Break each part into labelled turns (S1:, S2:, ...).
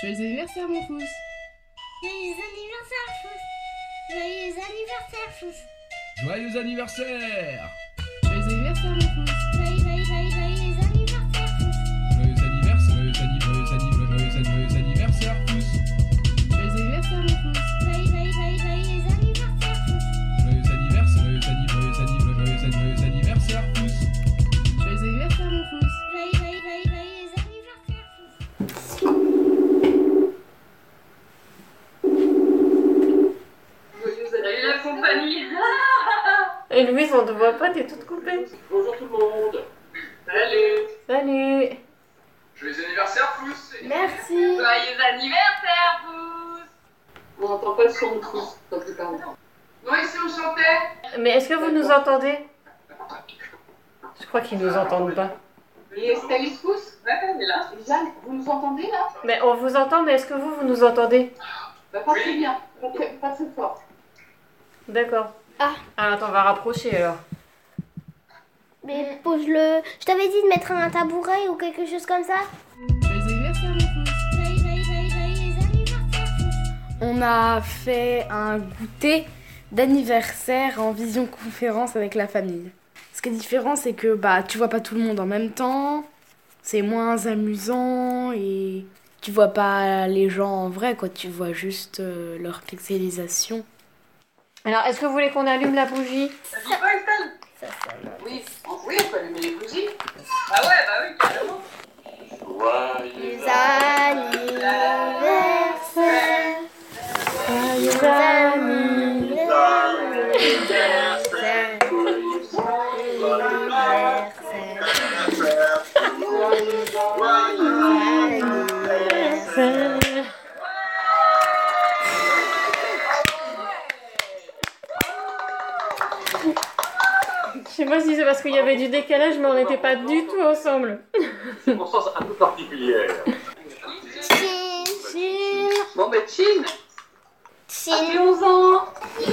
S1: Joyeux anniversaire, mon Fous
S2: Joyeux anniversaire, Fous Joyeux anniversaire, Fous
S3: Joyeux anniversaire
S1: Joyeux anniversaire, mon Fous
S2: Joyeux, joyeux, joyeux, joyeux anniversaire, Fous
S3: Joyeux anniversaire Joyeux anniversaire Joyeux anniversaire Joyeux anniversaire Fous
S1: Joyeux anniversaire, mon Fous
S2: Joyeux, joyeux, joyeux, joyeux anniversaire, Fous
S3: Joyeux anniversaire Joyeux anniversaire Joyeux anniversaire Joyeux anniversaire Fous
S1: Joyeux anniversaire, mon Fous
S2: Joyeux, joyeux, joyeux, joyeux anniversaire, Fous
S4: La compagnie.
S5: Et Louise, on te voit pas, t'es toute coupée.
S6: Bonjour tout le monde.
S4: Salut.
S5: Salut
S6: Joyeux anniversaire, Fous.
S5: Merci
S4: Joyeux anniversaire, vous.
S6: On n'entend pas le son de Fous quand tu parles.
S4: Non, ici on chantait.
S5: Mais est-ce que vous nous entendez Je crois qu'ils nous entendent pas.
S6: Et Stalis Fous
S4: Ouais, elle est là.
S6: Jeanne, vous nous entendez là
S5: Mais on vous entend, mais est-ce que vous, vous nous entendez
S6: bah, Pas très bien, pas, très- pas très fort.
S5: D'accord.
S7: Ah.
S5: attends, on va rapprocher alors.
S7: Mais pose-le. Je t'avais dit de mettre un tabouret ou quelque chose comme ça.
S1: Joyeux anniversaire, mon Fous
S2: Joyeux, joyeux, joyeux, joyeux anniversaire, Fous
S8: On a fait un goûter d'anniversaire en visioconférence avec la famille. Ce qui est différent, c'est que bah tu vois pas tout le monde en même temps, c'est moins amusant et tu vois pas les gens en vrai quoi, tu vois juste euh, leur pixelisation.
S5: Alors, est-ce que vous voulez qu'on allume la bougie
S4: Ça dit pas, Estelle
S7: Ça sonne.
S4: Oui. Oui, faut allumer les bougies. Ah ouais, bah oui, carrément.
S7: Joyeux anniversaire. Joyeux anniversaire.
S5: Je sais pas si c'est parce qu'il y avait du décalage, mais on n'était pas du tout ensemble.
S9: circonstance un peu particulière.
S6: bah,
S4: Bon, ben, Chin.
S7: Chin,
S4: 11 ans.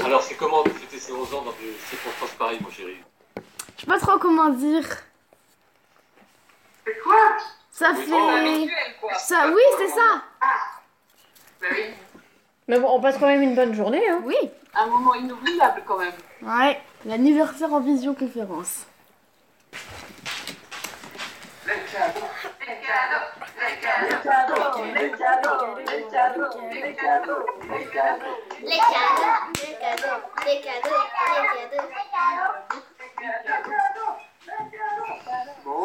S9: Alors, c'est comment de fêter ses 11 ans dans des circonstances pareilles, mon chéri
S8: Je sais pas trop comment dire.
S4: C'est quoi
S8: Ça fait
S4: Habituel, quoi.
S8: ça oui, c'est ça.
S4: Bah oui.
S5: Mais bon, on passe quand même une bonne journée, hein.
S8: Oui.
S4: Un moment inoubliable, quand même.
S8: Ouais, l'anniversaire en visioconférence.
S4: Les cadeaux. Les cadeaux. Les cadeaux. Les cadeaux. Les cadeaux. Les cadeaux. Les cadeaux.
S7: les cadeaux, les cadeaux, les cadeaux, les cadeaux.
S9: Bon.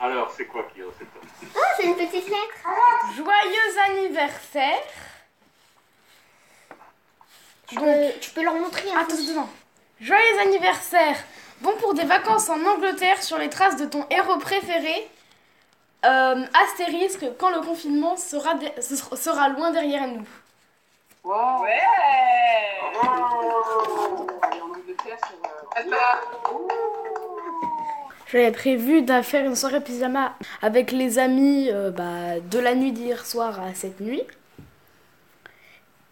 S9: Alors, c'est quoi qui est en cette
S7: Ah, c'est une petite lettre.
S8: Joyeux anniversaire.
S7: Tu peux, Euh, tu peux leur montrer un
S8: Attends, attends. Joyeux anniversaire Bon pour des vacances en Angleterre sur les traces de ton héros préféré. Euh, astérisque, quand le confinement sera, de- se- sera loin derrière nous.
S6: Wow.
S4: Ouais.
S6: On va aller en Angleterre sur. euh,
S8: J'avais prévu de faire une soirée pyjama avec les amis euh, bah, de la nuit d'hier soir à cette nuit.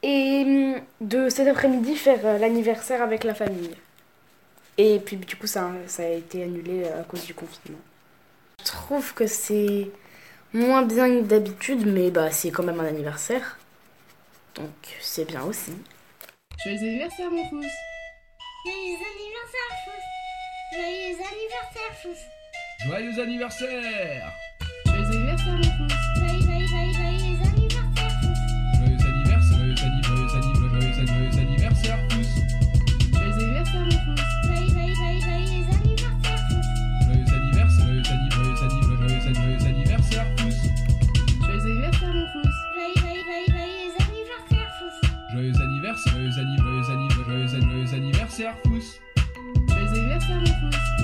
S8: Et hum, de cet après-midi faire euh, l'anniversaire avec la famille. Et puis du coup ça, ça a été annulé euh, à cause du confinement. Je trouve que c'est moins bien que d'habitude, mais bah c'est quand même un anniversaire. Donc c'est bien aussi.
S1: Joyeux anniversaire, mon Fous
S2: Joyeux anniversaire, Fous Joyeux anniversaire, Fous
S3: Joyeux anniversaire
S1: Joyeux anniversaire, mon Fous
S2: Joyeux, joyeux, joyeux, joyeux anniversaire, Fous
S3: Joyeux anniversaire Joyeux anniversaire Joyeux anniversaire Joyeux anniversaire Fous
S1: Joyeux anniversaire, mon Fous
S2: Joyeux, joyeux, joyeux, joyeux anniversaire, Fous
S3: Joyeux anniversaire Joyeux anniversaire Joyeux anniversaire Joyeux anniversaire Fous
S1: Joyeux anniversaire, mon Fous
S2: Joyeux, joyeux, joyeux, joyeux anniversaire, Fous
S3: Joyeux anniversaire Joyeux anniversaire Joyeux anniversaire Joyeux anniversaire Fous
S1: Joyeux anniversaire, mon Fous